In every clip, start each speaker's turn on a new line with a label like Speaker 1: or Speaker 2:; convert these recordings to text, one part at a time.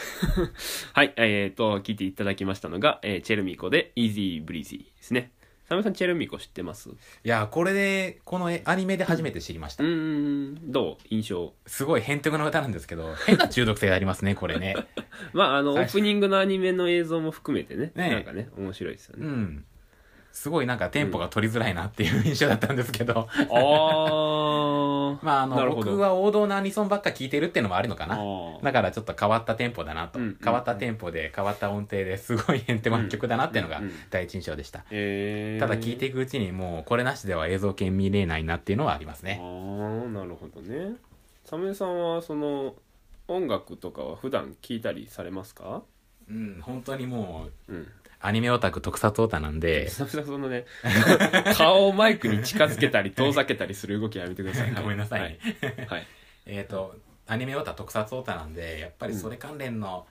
Speaker 1: はい、えっ、と、聞いていただきましたのが、えーチェルミコで Easy Breezy ですね。サムさん、チェルミコ知ってますう
Speaker 2: いやこれでこのえアニメで初めて知りました、
Speaker 1: ーん、どう印象。
Speaker 2: すごい変徳な歌なんです けど変な中毒性がありますねこれね
Speaker 1: まあ、あの、オ
Speaker 2: 最
Speaker 1: ー
Speaker 2: 初
Speaker 1: プニングのアニメの映像も含めてね、
Speaker 2: ねえ
Speaker 1: なんかね、面白いですよ
Speaker 2: う
Speaker 1: ね。
Speaker 2: んすごいなんかテンポが取りづらいなっていう印象だったんです けど
Speaker 1: あー。
Speaker 2: まああ
Speaker 1: なる
Speaker 2: の
Speaker 1: ほど
Speaker 2: 僕は王道のアニソンばっか聞いてるっていうのもあるのか
Speaker 1: あ
Speaker 2: な
Speaker 1: ー
Speaker 2: だからちょっと変わったテンポだなと、
Speaker 1: うんうん
Speaker 2: 変わったテンポで変わった音程ですごい変ンテマ曲だなっていうのが
Speaker 1: うんうん
Speaker 2: 第一印象でした、
Speaker 1: えー、
Speaker 2: ただ聞いていくうちにもうこれなしでは映像系見れないなっていうのはあります
Speaker 1: あ
Speaker 2: ね
Speaker 1: あなるほどねサムエさんはその音楽とかは普段聞いたりされますか
Speaker 2: うん本当にもう
Speaker 1: うん
Speaker 2: アニメオタク特撮オタなんで
Speaker 1: サムエさんそのね 顔をマイクに近づけたり遠ざけたりする動きはやめてください
Speaker 2: ごめんなさい
Speaker 1: はい、はい
Speaker 2: えっ、とアニメオタ特撮オタなんでやっぱりそれ関連の、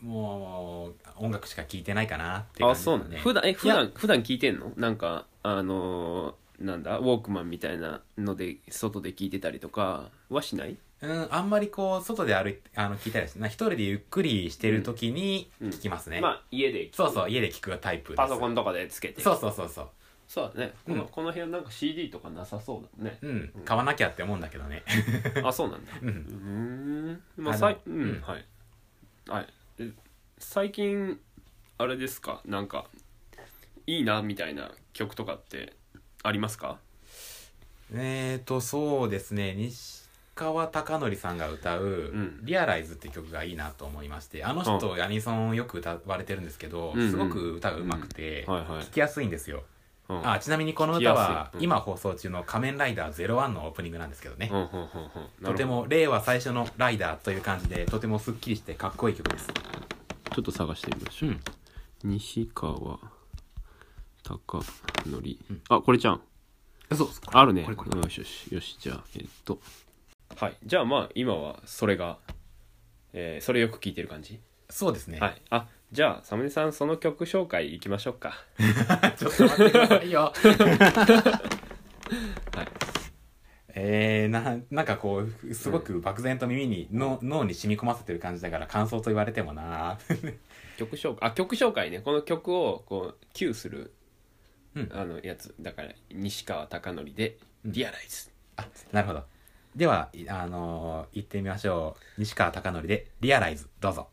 Speaker 2: もう音楽しか聞いてないかなって感
Speaker 1: あ
Speaker 2: じ
Speaker 1: そうなんだ、普段え普段普段聞いてんのなんかあのーなんだウォークマンみたいなので外で聞いてたりとかはしない
Speaker 2: うん、あんまりこう外で歩いあの聞いたりしてな一人でゆっくりしてる時に
Speaker 1: うん
Speaker 2: 聞きますね、
Speaker 1: まあ家で
Speaker 2: そうそう家で聞くタイプです
Speaker 1: パソコンとかでつけて
Speaker 2: そうそうそうそう
Speaker 1: そうだねこの,、
Speaker 2: うん
Speaker 1: この辺なんか CD とかなさそうだもんね
Speaker 2: うん買わなきゃって思うんだけどね
Speaker 1: あそうなんだ
Speaker 2: う
Speaker 1: うんーんまあ
Speaker 2: あの
Speaker 1: さいうん、
Speaker 2: うん
Speaker 1: はいはいえ最近あれですかなんかいいなみたいな曲とかってありますか
Speaker 2: えーとそうですね西川貴教さんが歌う
Speaker 1: うん
Speaker 2: 「リアライズ」って曲がいいなと思いましてあの人アニソンをよく歌われてるんですけど
Speaker 1: うんうん
Speaker 2: すごく歌がうまくて
Speaker 1: はいはい
Speaker 2: 聴きやすいんですよ
Speaker 1: うん
Speaker 2: あちなみにこの歌
Speaker 1: 聞
Speaker 2: は
Speaker 1: きやすいうん
Speaker 2: 今放送中の「仮面ライダー01」のオープニングなんですけどね
Speaker 1: うんうんうんうんな
Speaker 2: と
Speaker 1: るほど
Speaker 2: ても令和最初のライダーという感じでとてもすっきりしてかっこいい曲です
Speaker 1: ちょっと探してみましょう、西川貴教、あこれじゃん
Speaker 2: そう
Speaker 1: あるね
Speaker 2: これこれ
Speaker 1: うんよしよしよしじゃあえっとはいじゃあまあ今はそれが、えーそれよく聞いてる感じ
Speaker 2: そうですね、
Speaker 1: はいあじゃあサムネさんその曲紹介いきましょうか
Speaker 2: ちょっと待ってください
Speaker 1: は
Speaker 2: よ
Speaker 1: い
Speaker 2: えー、ななんかこうすごく漠然と耳に、の脳に染み込ませてる感じだから感想と言われてもな
Speaker 1: 曲紹介あ曲紹介ねこの曲をこう Q する、
Speaker 2: うん
Speaker 1: あのやつだから西川貴教で「リアライズ
Speaker 2: あなるほどではいあのー、行ってみましょう西川貴教で「リアライズ」どうぞ